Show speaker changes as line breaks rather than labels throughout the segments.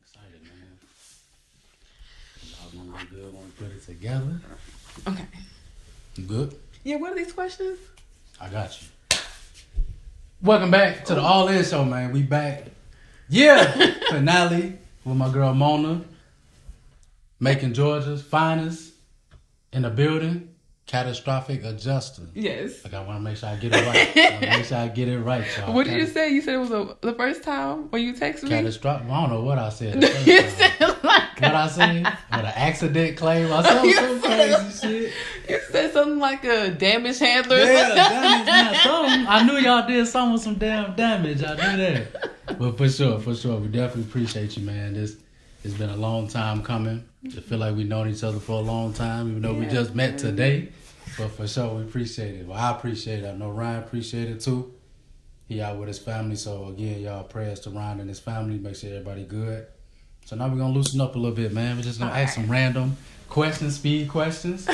excited, man. Y'all doing good when we put it together.
Okay.
You good?
Yeah, what are these questions?
I got you. Welcome back to the All In Show, man. We back. Yeah, finale with my girl Mona, making Georgia's finest in the building. Catastrophic adjuster.
Yes.
Like I want to make sure I get it right. I want to make sure I get it right, y'all.
What did you say? You said it was a, the first time when you texted me?
Catastrophic. I don't know what I said. the first
you
time.
said it like
what I said? What an accident claim? I said some
You said-
crazy shit.
you said something like a damage handler. or
Yeah, damage.
something.
Now, something. I knew y'all did something with some damn damage. I knew that. But for sure, for sure, we definitely appreciate you, man. This it's been a long time coming. I feel like we've known each other for a long time, even though we
Yeah.
just met today. But for sure, we appreciate it. Well, I appreciate it. I know Ryan appreciate it too. He out with his family, so again, y'all prayers to Ryan and his family. Make sure everybody good. So now we're gonna loosen up a little bit, man. We're just gonna ask some random questions, speed questions.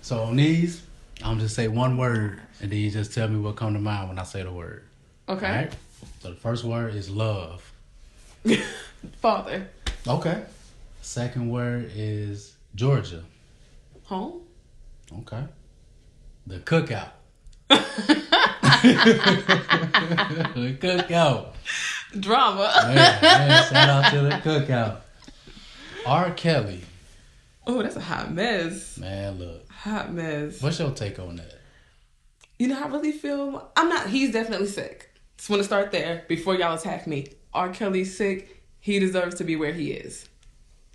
so on these, I'm just say one word, and then you just tell me what come to mind when I say the word.
Okay.
All right. So the first word is love.
Father.
Okay. Second word is Georgia.
Home?
Okay. The cookout. the cookout.
Drama.
Man, man, shout out to the cookout. R. Kelly.
Oh, that's a hot mess.
Man, look.
Hot mess.
What's your take on that?
You know, I really feel I'm not. He's definitely sick. Just want to start there before y'all attack me. R. Kelly's sick. He deserves to be where he is.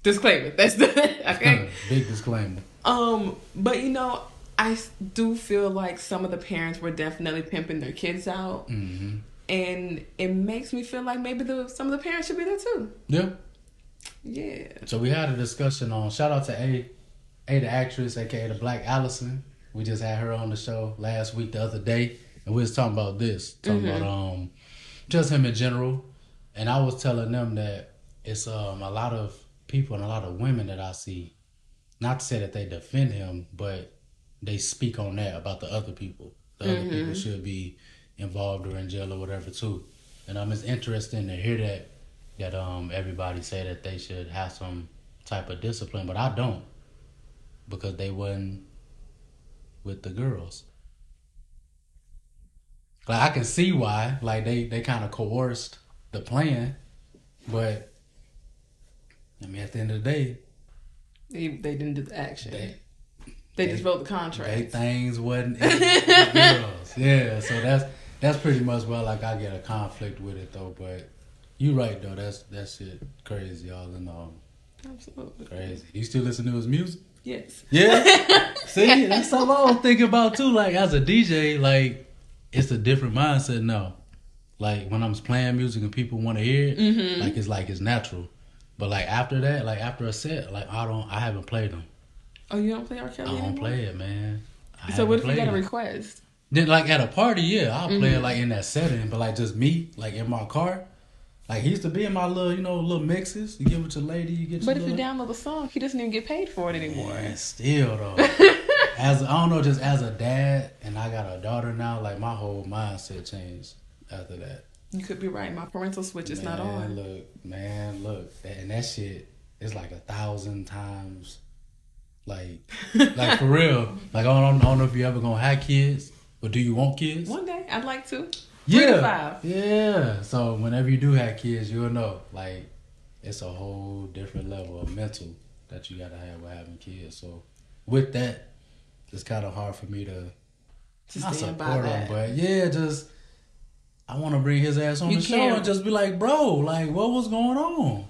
Disclaimer. That's the okay.
Big disclaimer.
Um, but you know, I s- do feel like some of the parents were definitely pimping their kids out,
Mm-hmm.
and it makes me feel like maybe the some of the parents should be there too.
Yeah.
Yeah.
So we had a discussion on shout out to A, A the actress, aka the Black Allison. We just had her on the show last week, the other day, and we was talking about this, talking about um, just him in general. And I was telling them that it's um a lot of people and a lot of women that I see. Not to say that they defend him, but they speak on that about the other people. The other people should be involved or in jail or whatever too. And um, it's interesting to hear that that um everybody say that they should have some type of discipline, but I don't because they wasn't with the girls. Like I can see why, like they they kind of coerced the plan, but I mean at the end of the day,
They they didn't do the action.
They-
They, just wrote the contract.
they things wasn't in the girls. Yeah, so that's that's pretty much where like I get a conflict with it though. But you right though, that's that shit crazy, y'all and um
Absolutely.
crazy. You still listen to his music?
Yes.
Yeah. See, that's something I was thinking about too. Like as a DJ, like it's a different mindset now. Like when I'm playing music and people want to hear it, like it's like it's natural. But like after that, like after a set, like I don't, I haven't played them.
Oh, you don't play R. Kelly
I don't
anymore?
play it, man. I
So
haven't
what if you
played
got a
it.
request?
Then like at a party, yeah, I'll
Mm-hmm.
play it like in that setting, but like just me, like in my car. Like he used to be in my little, you know, little mixes. You get with your lady, you get. Your
But if
little...
you download the song, he doesn't even get paid for it anymore.
Man, still though, as I don't know, just as a dad, and I got a daughter now. Like my whole mindset changed after that.
You could be right. My parental switch is not
Man,
on.
Look, man, look, that, and that shit is like a thousand times, like, like for real. Like I don't, I don't know if you ever gonna have kids, but do you want kids?
One day, I'd like to. Three to
Yeah,
five.
yeah. So whenever you do have kids, you'll know. Like, it's a whole different level of mental that you gotta have with having kids. So with that, it's kind of hard for me to
To
not
stand by
support him,
that.
but yeah, just I want to bring his ass on
You
the show
can't-
and just be like, bro, like what was going on?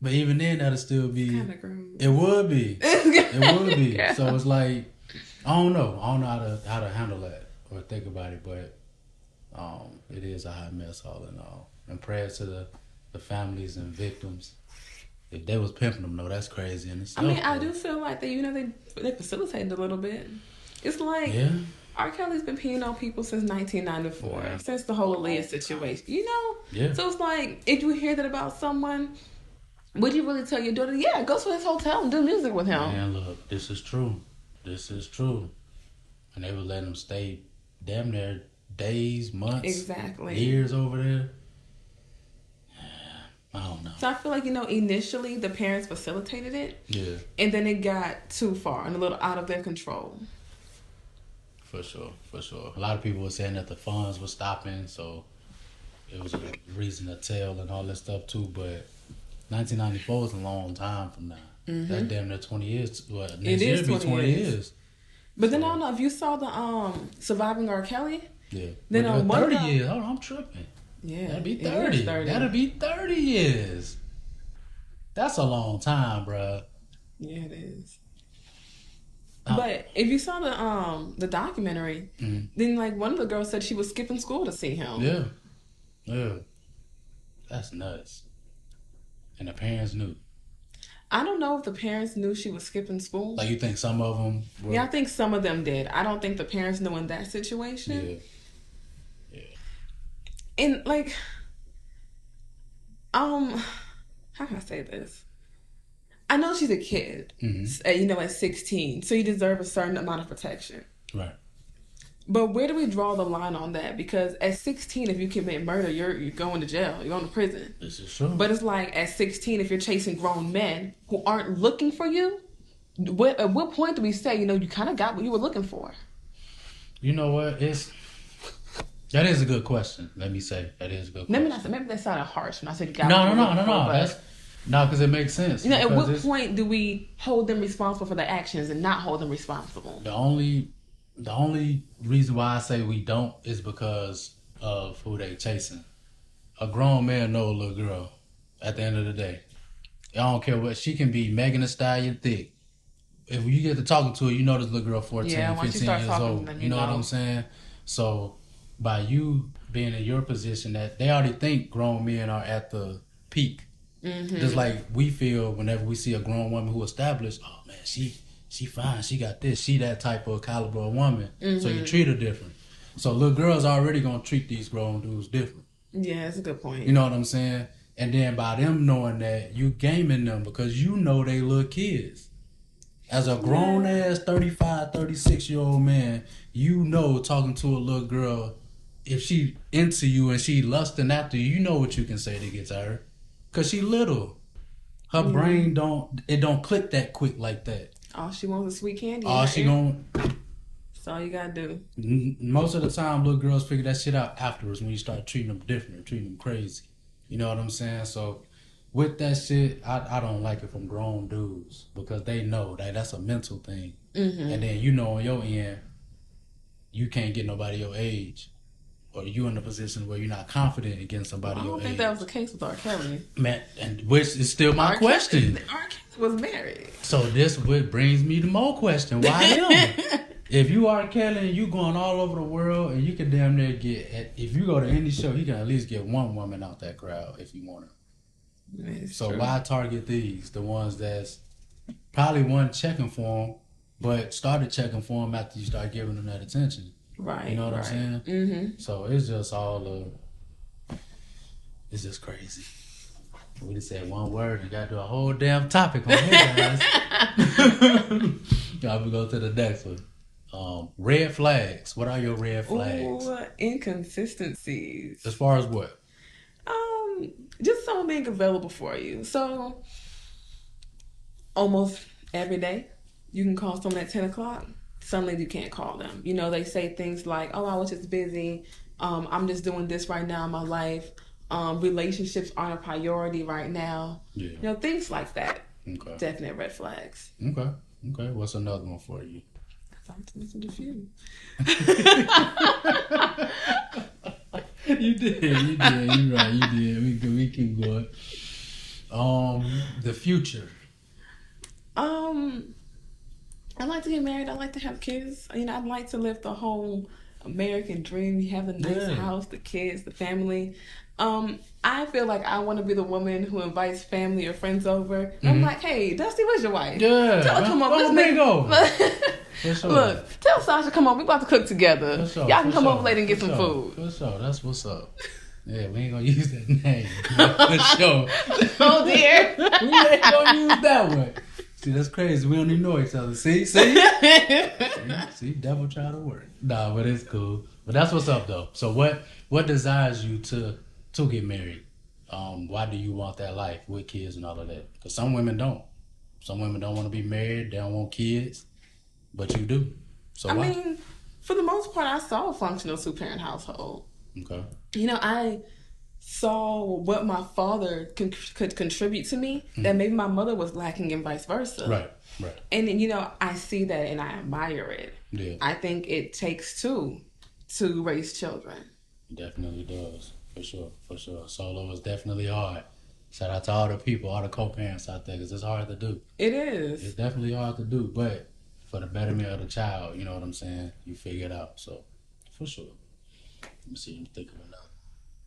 But even then, that'd still be.
Kinda grown.
It would be. it would be. So it's like I don't know. I don't know how to how to handle that or think about it, but um, it is a hot mess all in all. And prayers to the, the families and victims. If they was pimping them, no, that's crazy in
I
itself.
mean, I
though.
do feel like they, you know, they they facilitated a little bit. It's like
Yeah.
R. Kelly's been peeing on people since 1994,
Yeah.
since the whole Aaliyah situation. You know,
Yeah.
so it's like if you hear that about someone, would you really tell your daughter, "Yeah, go to his hotel and do music with him"?
Man, look, this is true. This is true. And they were letting them stay damn near days, months,
Exactly.
years over there.
So I feel like, you know, initially the parents facilitated it
Yeah,
and then it got too far and a little out of their control.
for sure, for sure. A lot of people were saying that the funds were stopping, so it was a reason to tell and all that stuff too. But 1994 is a long time from now. That damn near 20 years. Well, next
Mm-hmm. It
year
is
it'll be
20
20
years.
years.
But then I don't know if you saw the um Surviving R. Kelly.
Yeah.
Then
Well,
on one
30
note-
years. Hold on, I'm tripping.
Yeah.
That'd be
it is
30. That'd be 30 years. That's a long time, bruh.
Yeah, it is.
Oh.
But if you saw the um the documentary,
Mhm.
then like one of the girls said she was skipping school to see him.
Yeah. Yeah. That's nuts. And the parents knew.
I don't know if the parents knew she was skipping school.
Like, you think some of them were.
yeah, I think some of them did. I don't think the parents knew in that situation.
Yeah.
and like um how can i say this i know she's a kid
Mhm.
s- uh, you know at 16 so you deserve a certain amount of protection
Right.
but where do we draw the line on that because at 16 if you commit murder you're, you're going to jail you're going to prison
This is true.
but it's like at 16 if you're chasing grown men who aren't looking for you what, at what point do we say you know you kind of got what you were looking for
you know what? It's. That is a good question. Let me say. That is a good
maybe,
question.
not, maybe that sounded harsh when i said you got
no,
what
no,
you were
no, no,
looking for,
no.
but-
That's. No, because it makes sense.
You know, at
because
what
it's-
point do we hold them responsible for their actions and not hold them responsible?
The only the only reason why I say we don't is because of who they chasing. A grown man know a little girl. At the end of the day, I don't care what she can be. Megan Thee Stallion thick. If you get to talking to her, you know this little girl 14,
Yeah, once you
15
start
years
talking to
old.
them,
you
you
know, what
know.
I'm saying? So by you being in your position, that they already think grown men are at the peak.
Mm-hmm.
Just like we feel whenever we see a grown woman who established, oh man, she she fine, she got this, she that type of caliber of woman. So
Mm-hmm.
you treat her different. So little girls already gonna treat these grown dudes different.
Yeah, that's a good point.
You know what I'm saying? And then by them knowing that, you gaming them because you know they little kids. As a grown ass 35, 36 year old man, you know talking to a little girl, if she into you and she lusting after you, you know what you can say to get to her. Cause she little. Her brain don't it don't click that quick like that.
All she wants is sweet candy.
All she
That's
gon'
all you gotta do.
N- most of the time, little girls figure that shit out afterwards when you start treating them different, treating them crazy. You know what I'm saying? So, with that shit, I, I don't like it from grown dudes because they know that that's a mental thing.
Mm-hmm.
And then you know on your end, you can't get nobody your age, or you in a position where you're not confident in getting somebody
I
your
don't think
age.
that was the case with R. Kelly.
Man, and which is still my
R.
question.
Kelly, R. Kelly was married.
So this what brings me to more question. Why him? if you are Kelly and you going all over the world and you can damn near get if you go to any show, you can at least get one woman out that crowd if you want to.
It's
So
true.
why target these? The ones that's probably one checking for them, but started checking for them after you start giving them that attention.
Right.
You know what
right.
I'm saying?
Mm-hmm.
So it's just all uh it's just crazy. We just said one word and gotta do a whole damn topic on here, guys. Y'all we go to the next one. Um, red flags. What are your red
Mm-hmm.
flags?
Ooh, inconsistencies.
As far as what?
Um, just someone being available for you. So, almost every day, you can call someone at 10 o'clock. Suddenly, you can't call them. You know, they say things like, oh, I was just busy. Um, I'm just doing this right now in my life. Um, relationships aren't a priority right now.
Yeah.
You know, things like that.
Okay.
Definite red flags.
Okay. Okay. What's another one for you?
I'm missing a few.
you did. You did. You right. You did. We can. We can go. Um, the future.
Um, I like to get married. I like to have kids. You know, I'd like to live the whole American dream. You have a nice
Yeah.
house, the kids, the family. Um, I feel like I want to be the woman who invites family or friends over. And I'm like, hey, Dusty, where's your wife?
Mm-hmm. Yeah.
Tell her come over.
Where
Let's
they
make-
go? For sure.
Look, tell Sasha come over. We about to cook together.
For sure,
Y'all can
for
come
sure,
over later and get
for
some
sure,
food.
For sure. That's what's up. Yeah, we ain't gonna use that name. For sure.
Oh dear.
we ain't gonna use that one. See, that's crazy. We don't even know each other. See, see, see, see devil try to work. Nah, but it's cool. But that's what's up though. So what what desires you to to get married? um, why do you want that life with kids and all of that? Because some women don't. Some women don't want to be married. They don't want kids, but you do. So
I
why?
mean, for the most part, I saw a functional two parent household.
okay.
You know, I saw what my father con- could contribute to me that maybe my mother was lacking, and vice versa.
Mm-hmm. Right. Right.
And you know, I see that and I admire it.
Yeah.
I think it takes two to raise children.
It Definitely does, for sure, for sure. Solo is definitely hard. Shout out to all the people, all the co-parents out there, 'cause it's hard to do.
It is.
It's definitely hard to do, but for the betterment of the child, you know what I'm saying? You figure it out, so for sure. Let me see, I'm thinking of another.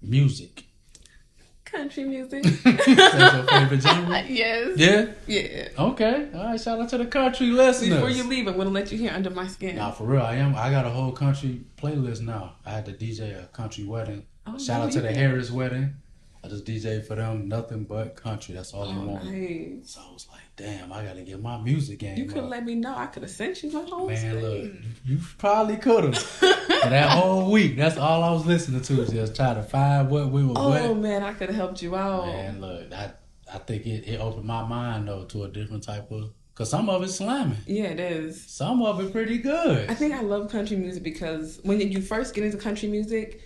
Music.
Country music.
That's your favorite genre?
yes.
Yeah?
Yeah.
Okay. All right, shout out to the country listeners.
Before you leave, I'm gonna let you hear under my skin.
Nah, for real, I am. I got a whole country playlist now. I had to DJ a country wedding.
Oh,
Shout
no,
out to
you
the
did.
Harris wedding. I just DJ for them, nothing but country. That's all they
Oh,
want.
nice.
So I was like, damn, I gotta get my music game.
You could
up.
let me know. I could have sent you my whole
Man, look,
thing.
you probably could have. that whole week, that's all I was listening to. is Just try to find what we were.
Oh man, I could have helped you out.
what. Man, look, I, I think it, it opened my mind though to a different type of. Cause some of it's slamming,
Yeah, it is.
some of it pretty good.
I think I love country music because when you first get into country music,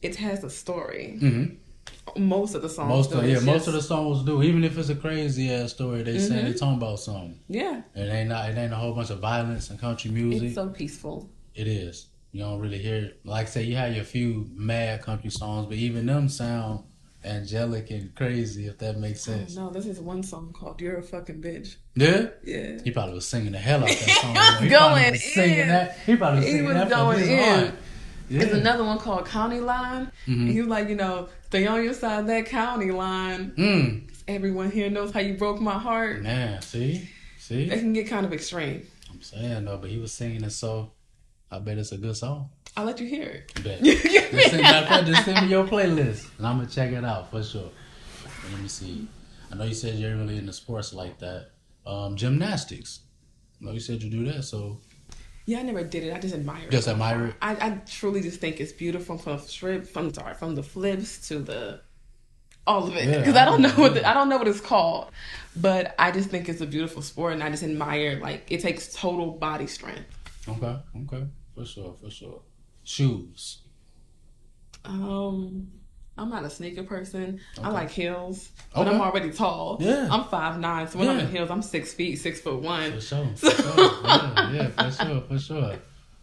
it has a story.
hmm
Most of the songs.
Most
do.
of
It's
yeah, most
just- Mm-hmm.
of the songs do. Even if it's a crazy ass story, they say they talking about something.
Yeah,
It ain't not. It ain't a whole bunch of violence and country
it's
music.
so peaceful.
it is. You don't really hear. It. Like I say, you have your few mad country songs, but even them sound angelic and crazy. If that makes
Oh,
sense.
no, this is one song called "You're a Fucking Bitch."
Yeah.
Yeah.
He probably was singing the hell out that song. you know. He
Going
probably was singing
in.
that. He probably was
He
singing
was
that
going
for his
in.
heart.
There's
Yeah.
another one called County Line.
Mm-hmm.
And he was like, you know, stay on your side of that county line.
Mm.
Everyone here knows how you broke my heart.
Man, see, see.
It can get kind of extreme.
I'm saying though, but he was singing it so. I bet it's a good song.
I'll let you hear it.
I bet.
You get
Just send,
me?
matter of fact, just send me your playlist, and I'm gonna check it out for sure. Let me see. I know you said you're really into sports like that. Um, gymnastics. I know you said you do that, so
yeah, I never did it. I just admire
just
it.
admire it.
I, I truly just think it's beautiful from strip from sorry, from the flips to the all of it
Yeah,
because I don't know what
yeah.
the, I don't know what it's called, but I just think it's a beautiful sport and I just admire like it takes total body strength.
Okay, okay, for sure, for sure. Shoes.
Um, I'm not a sneaker person. I like heels, but
Okay.
I'm already tall.
Yeah.
I'm five nine, so when I'm in
Yeah.
heels, I'm six feet, six foot
For
one.
sure, for sure. yeah, yeah, for sure, for sure.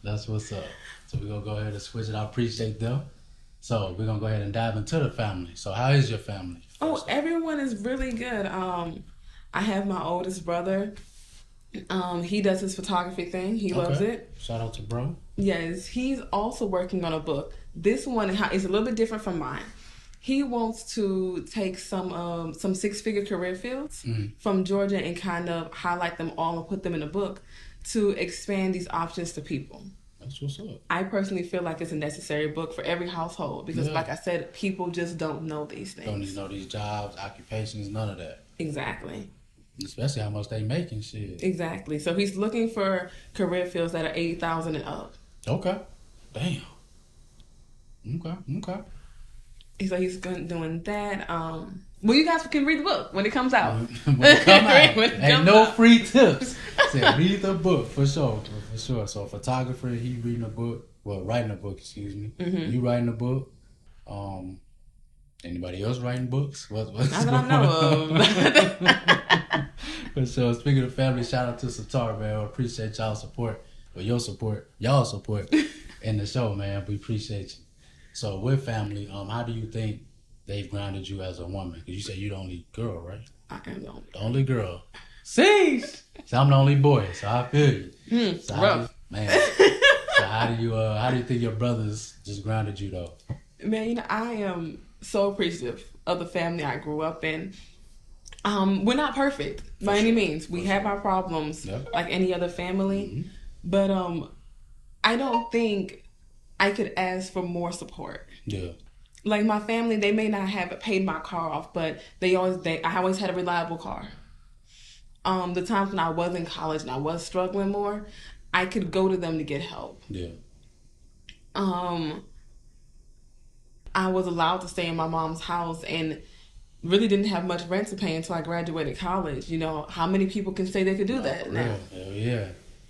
That's what's up. So we're gonna go ahead and switch it. I appreciate them. So we're gonna go ahead and dive into the family. So how is your family?
Oh, everyone is really good. Um, I have my oldest brother. Um, he does his photography thing. He loves
Okay.
it.
Shout out to bro.
Yes, he's also working on a book. This one ha- is a little bit different from mine. He wants to take some um, some six figure career fields
Hmm.
from Georgia and kind of highlight them all and put them in a book to expand these options to people.
That's what's up.
I personally feel like it's a necessary book for every household because,
Yeah.
like I said, people just don't know these
Don't
things.
need to know these jobs, occupations, none of that.
Exactly.
Especially how much they making shit.
Exactly. So he's looking for career fields that are 80,000 and up.
Okay. Damn. Okay. Okay.
He's like, he's going doing that. Um, well, you guys can read the book when it comes out.
when it come out,
When it
ain't
comes
no
out.
free tips. Said read the book for sure, for, for sure. So photographer, he reading a book. Well, writing a book, excuse me. You writing a book. Um, anybody else writing books? What, what's
Not that I know
going
of.
on? for sure. Speaking of family, shout out to Satar man. We appreciate y'all support, or your support, y'all support in the show, man. We appreciate you. So with family, um, how do you think they've grounded you as a woman? Because you said you're the only girl, right?
I am the only.
The only girl. See? So I'm the only boy, so I feel you.
Hmm,
So how
rough.
do, man. so how do you uh how do you think your brothers just grounded you though?
Man, you know, I am so appreciative of the family I grew up in. Um, we're not perfect by any means. We have our problems
Yep.
like any other family. But um I don't think I could ask for more support.
Yeah.
Like my family, they may not have paid my car off, but they always they I always had a reliable car. Um, the times when I was in college and I was struggling more, I could go to them to get help.
Yeah.
um I was allowed to stay in my mom's house and really didn't have much rent to pay until I graduated college. You know, how many people can say they could do that now?
Real. Hell yeah,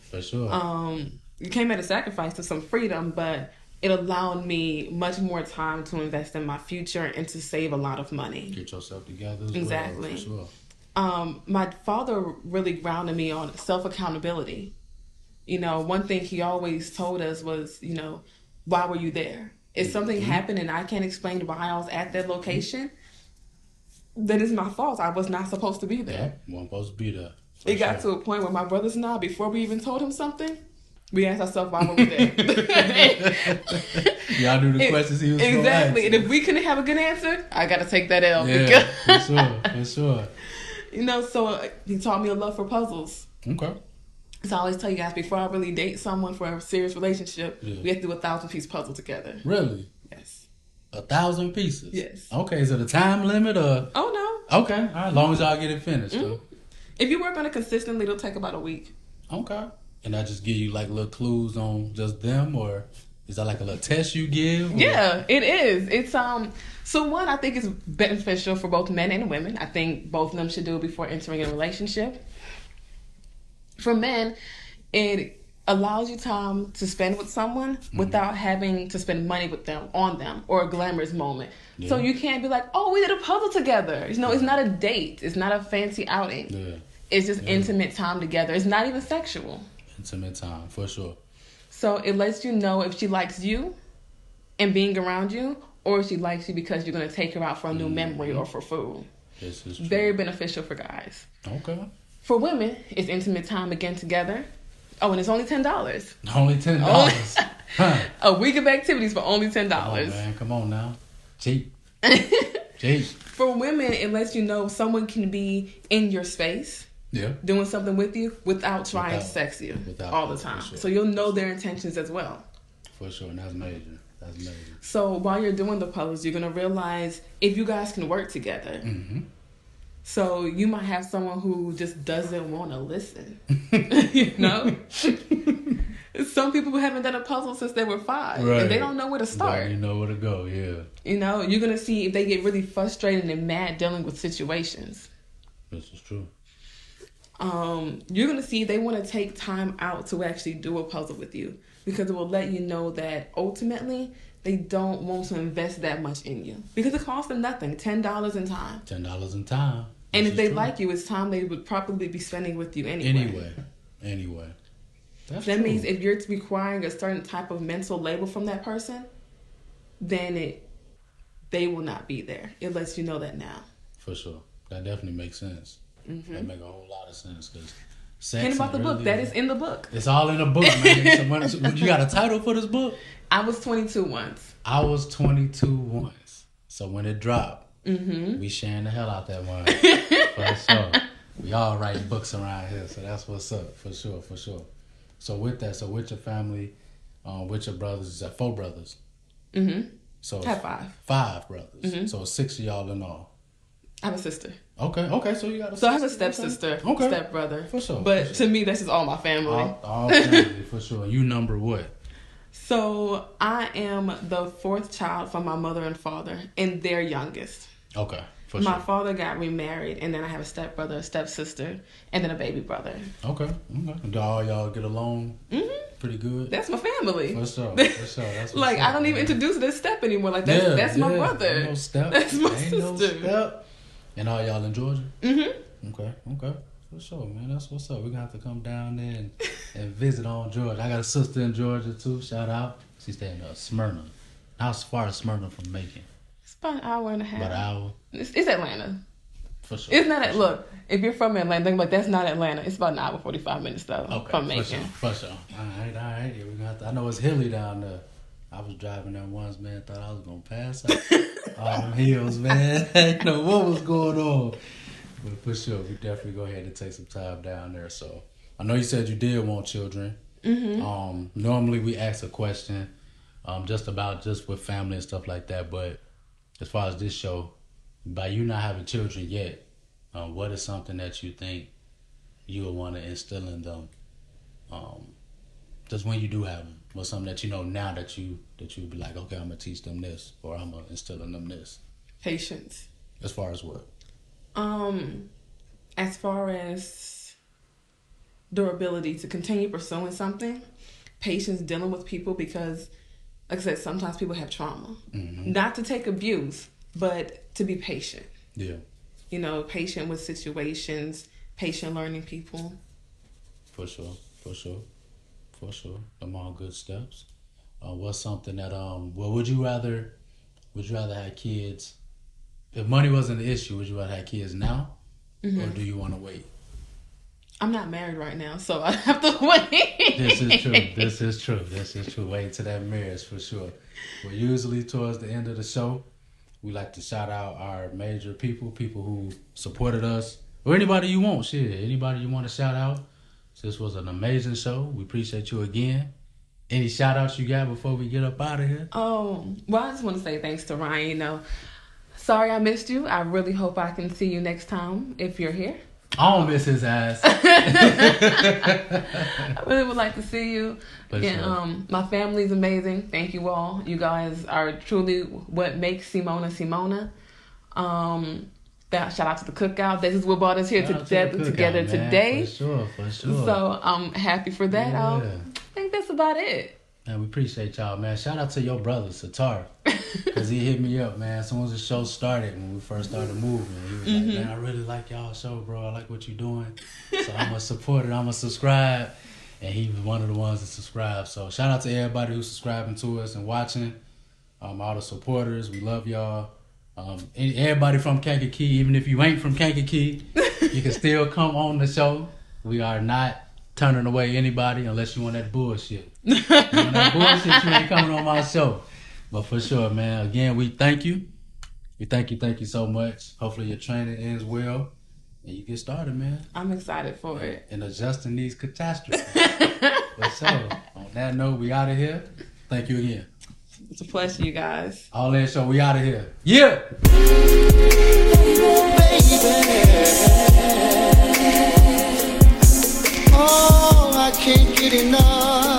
for sure.
um, it came at a sacrifice to some freedom, but it allowed me much more time to invest in my future and to save a lot of money.
Get yourself together. As
Exactly.
Well, for sure.
Um, my father really grounded me on self accountability. You know, one thing he always told us was, you know, why were you there? If
Mm-hmm.
something happened and I can't explain why I was at that location, then it's my fault. I was not supposed to be there.
Yeah. Wasn't supposed to be there. for
It got to
sure.
a point where my brothers and I, before we even told him something, we asked ourselves why were we there.
Y'all knew the
It-
questions he was gonna
exactly.
ask.
And if we couldn't have a good answer, I got to take that L.
Yeah, for sure, for sure.
you know, so uh, he taught me a love for puzzles.
Okay.
So I always tell you guys before I really date someone for a serious relationship,
Yeah.
we have to do a thousand piece puzzle together.
Really?
Yes.
A thousand pieces?
Yes.
Okay, so the time limit or
Oh no.
okay, all right, as long as y'all get it finished
Mm-hmm.
though.
If you work on it consistently, it'll take about a week.
Okay. And I just give you like little clues on just them or is that like a little test you give? or-
Yeah, it is. It's um. So one, I think is beneficial for both men and women. I think both of them should do it before entering a relationship. For men, it allows you time to spend with someone
Mm-hmm.
without having to spend money with them on them or a glamorous moment. So
Yeah.
you can't be like, "Oh, we did a puzzle together." You know, it's not a date. It's not a fancy outing.
Yeah.
It's just
Yeah.
intimate time together. It's not even sexual.
Intimate time, for sure.
So it lets you know if she likes you and being around you, or if she likes you because you're gonna take her out for a new memory or for food.
This is Mm-hmm. true.
Very beneficial for guys.
Okay.
For women, it's intimate time again together. Oh, and it's only ten dollars.
Only ten
Oh.
dollars. huh.
A week of activities for only ten
Oh
dollars.
man, come on now. Cheap. Cheap.
for women, it lets you know someone can be in your space.
Yeah.
Doing something with you without trying to
Without-
sex you
without-
all the
for
time.
sure.
So you'll know their intentions as well.
For sure. And that's major. That's major.
So while you're doing the puzzles, you're gonna realize if you guys can work together.
Mm-hmm.
So you might have someone who just doesn't want to listen.
Mm-hmm.
you know, some people haven't done a puzzle since they were five,
Right.
and they don't know where to start.
You know where to go, yeah.
You know, you're gonna see if they get really frustrated and mad dealing with situations.
This is true.
Um, you're gonna see if they want to take time out to actually do a puzzle with you because it will let you know that ultimately they don't want to invest that much in you because it costs them nothing ten dollars in time.
Ten dollars in time.
And
This
if
is
they
true.
like you, it's time they would probably be spending with you anyway.
anyway, anyway, that's
That
true.
means if you're requiring a certain type of mental label from that person, then it they will not be there. It lets you know that now.
for sure that definitely makes sense. That make a whole lot of sense because sex.
Mm-hmm. And about the
ain't
book,
really-
that is in the book.
It's all in the book, man. so when, so you got a title for this book?
I was 22 once.
I was 22 once. So when it dropped,
Mm-hmm.
we sharing the hell out that one. for sure. We all writing books around here, so that's what's up, for sure, for sure. So with that, so with your family, um, with your brothers, is that four brothers?
Mm-hmm.
So
High five. Mm-hmm.
five brothers. So six of y'all in all.
I have a sister.
Okay, okay, so you got a
So I have a
sister, okay.
stepsister,
Okay.
stepbrother.
For sure, Uh-huh.
But
for
to me, that's just all my family.
All, all family, for sure. You number what?
So I am the fourth child from my mother and father, and their youngest.
Okay, for
My
sure.
father got remarried, and then I have a stepbrother, a stepsister, and then a baby brother. Mm-hmm.
Okay, okay. Do all y'all get along pretty good?
That's my family.
for sure, for sure. That's what's
like
up,
I don't even
man.
introduce this step anymore. Like that's
Yeah,
that's my
yeah. Ain't
brother.
no step.
That's my
Ain't No
sister.
step. And all y'all in Georgia?
Mhm.
Okay, okay. For sure, man. That's what's up. We're gonna have to come down there and, and visit on Georgia. I got a sister in Georgia too. Shout out. She's staying in uh, Smyrna. How far is Smyrna from Macon?
It's about an hour and a half.
About an hour.
It's, it's Atlanta.
For sure.
It's not
for
at
sure.
look. If you're from Atlanta, think like that's not Atlanta. It's about an hour forty five minutes though
Okay,
from
for sure,
Macon.
for sure. All right, all right. Yeah, we gonna have to, I know it's hilly down there. I was driving there once, man. Thought I was gonna pass out. All them hills, man. I didn't know what was going on. But for sure, we definitely go ahead and take some time down there. So I know you said you did want children. Um, normally we ask a question, um, just about just with family and stuff like that. But as far as this show, by you not having children yet, um, what is something that you think you would want to instill in them um, just when you do have them, or something that you know now that you that you be like, okay, I'm gonna teach them this, or I'm gonna instill in them this.
Patience.
As far as what?
Um, as far as durability to continue pursuing something, patience dealing with people because, like I said, sometimes people have trauma. Not to take abuse, but to be patient.
Yeah,
You know, patient with situations, patient learning people.
for sure, for sure, for sure. Them all good steps. Uh, what's something that um? Well, would you rather? Would you rather have kids? If money wasn't the issue, would you rather have kids now, or do you want to wait?
I'm not married right now, so I have to wait.
This is true. this is true. This is true. Wait till that marriage for sure. But usually towards the end of the show, we like to shout out our major people, people who supported us, or anybody you want. Shit, anybody you want to shout out. This was an amazing show. We appreciate you again. Any shout outs you got before we get up out of here?
Oh, well, I just want to say thanks to Ryan. You know, sorry I missed you. I really hope I can see you next time if you're here.
I don't miss his ass.
I really would like to see you.
For
and,
sure.
um, my family's amazing. Thank you all. You guys are truly what makes Simona Simona. Um, that, shout out to the cookout. This is what brought us here
Shout out
to
to the cookout,
together, together
man,
today.
For sure, for sure.
So I'm happy for that. Um,
Yeah.
I think that's about it.
Man, we appreciate y'all, man. Shout out to your brother, Satar. Because he hit me up, man. As soon as the show started, when we first started moving, he was like, man, I really like y'all show, bro. I like what you're doing. So I'm going to support it. I'm going to subscribe. And he was one of the ones that subscribed. So shout out to everybody who's subscribing to us and watching. Um, all the supporters, we love y'all. Um, any- everybody from Kankakee, even if you ain't from Kankakee, you can still come on the show. We are not turning away anybody unless you want that bullshit. You want that bullshit, you ain't coming on my show. But for sure, man. Again, we thank you. We thank you, thank you so much. Hopefully your training ends well and you get started, man.
I'm excited for it.
And adjusting these catastrophes. for sure. On that note, we out of here. Thank you again.
It's a pleasure, you guys.
All that show, we out of here. Yeah.
Oh, I can't get enough.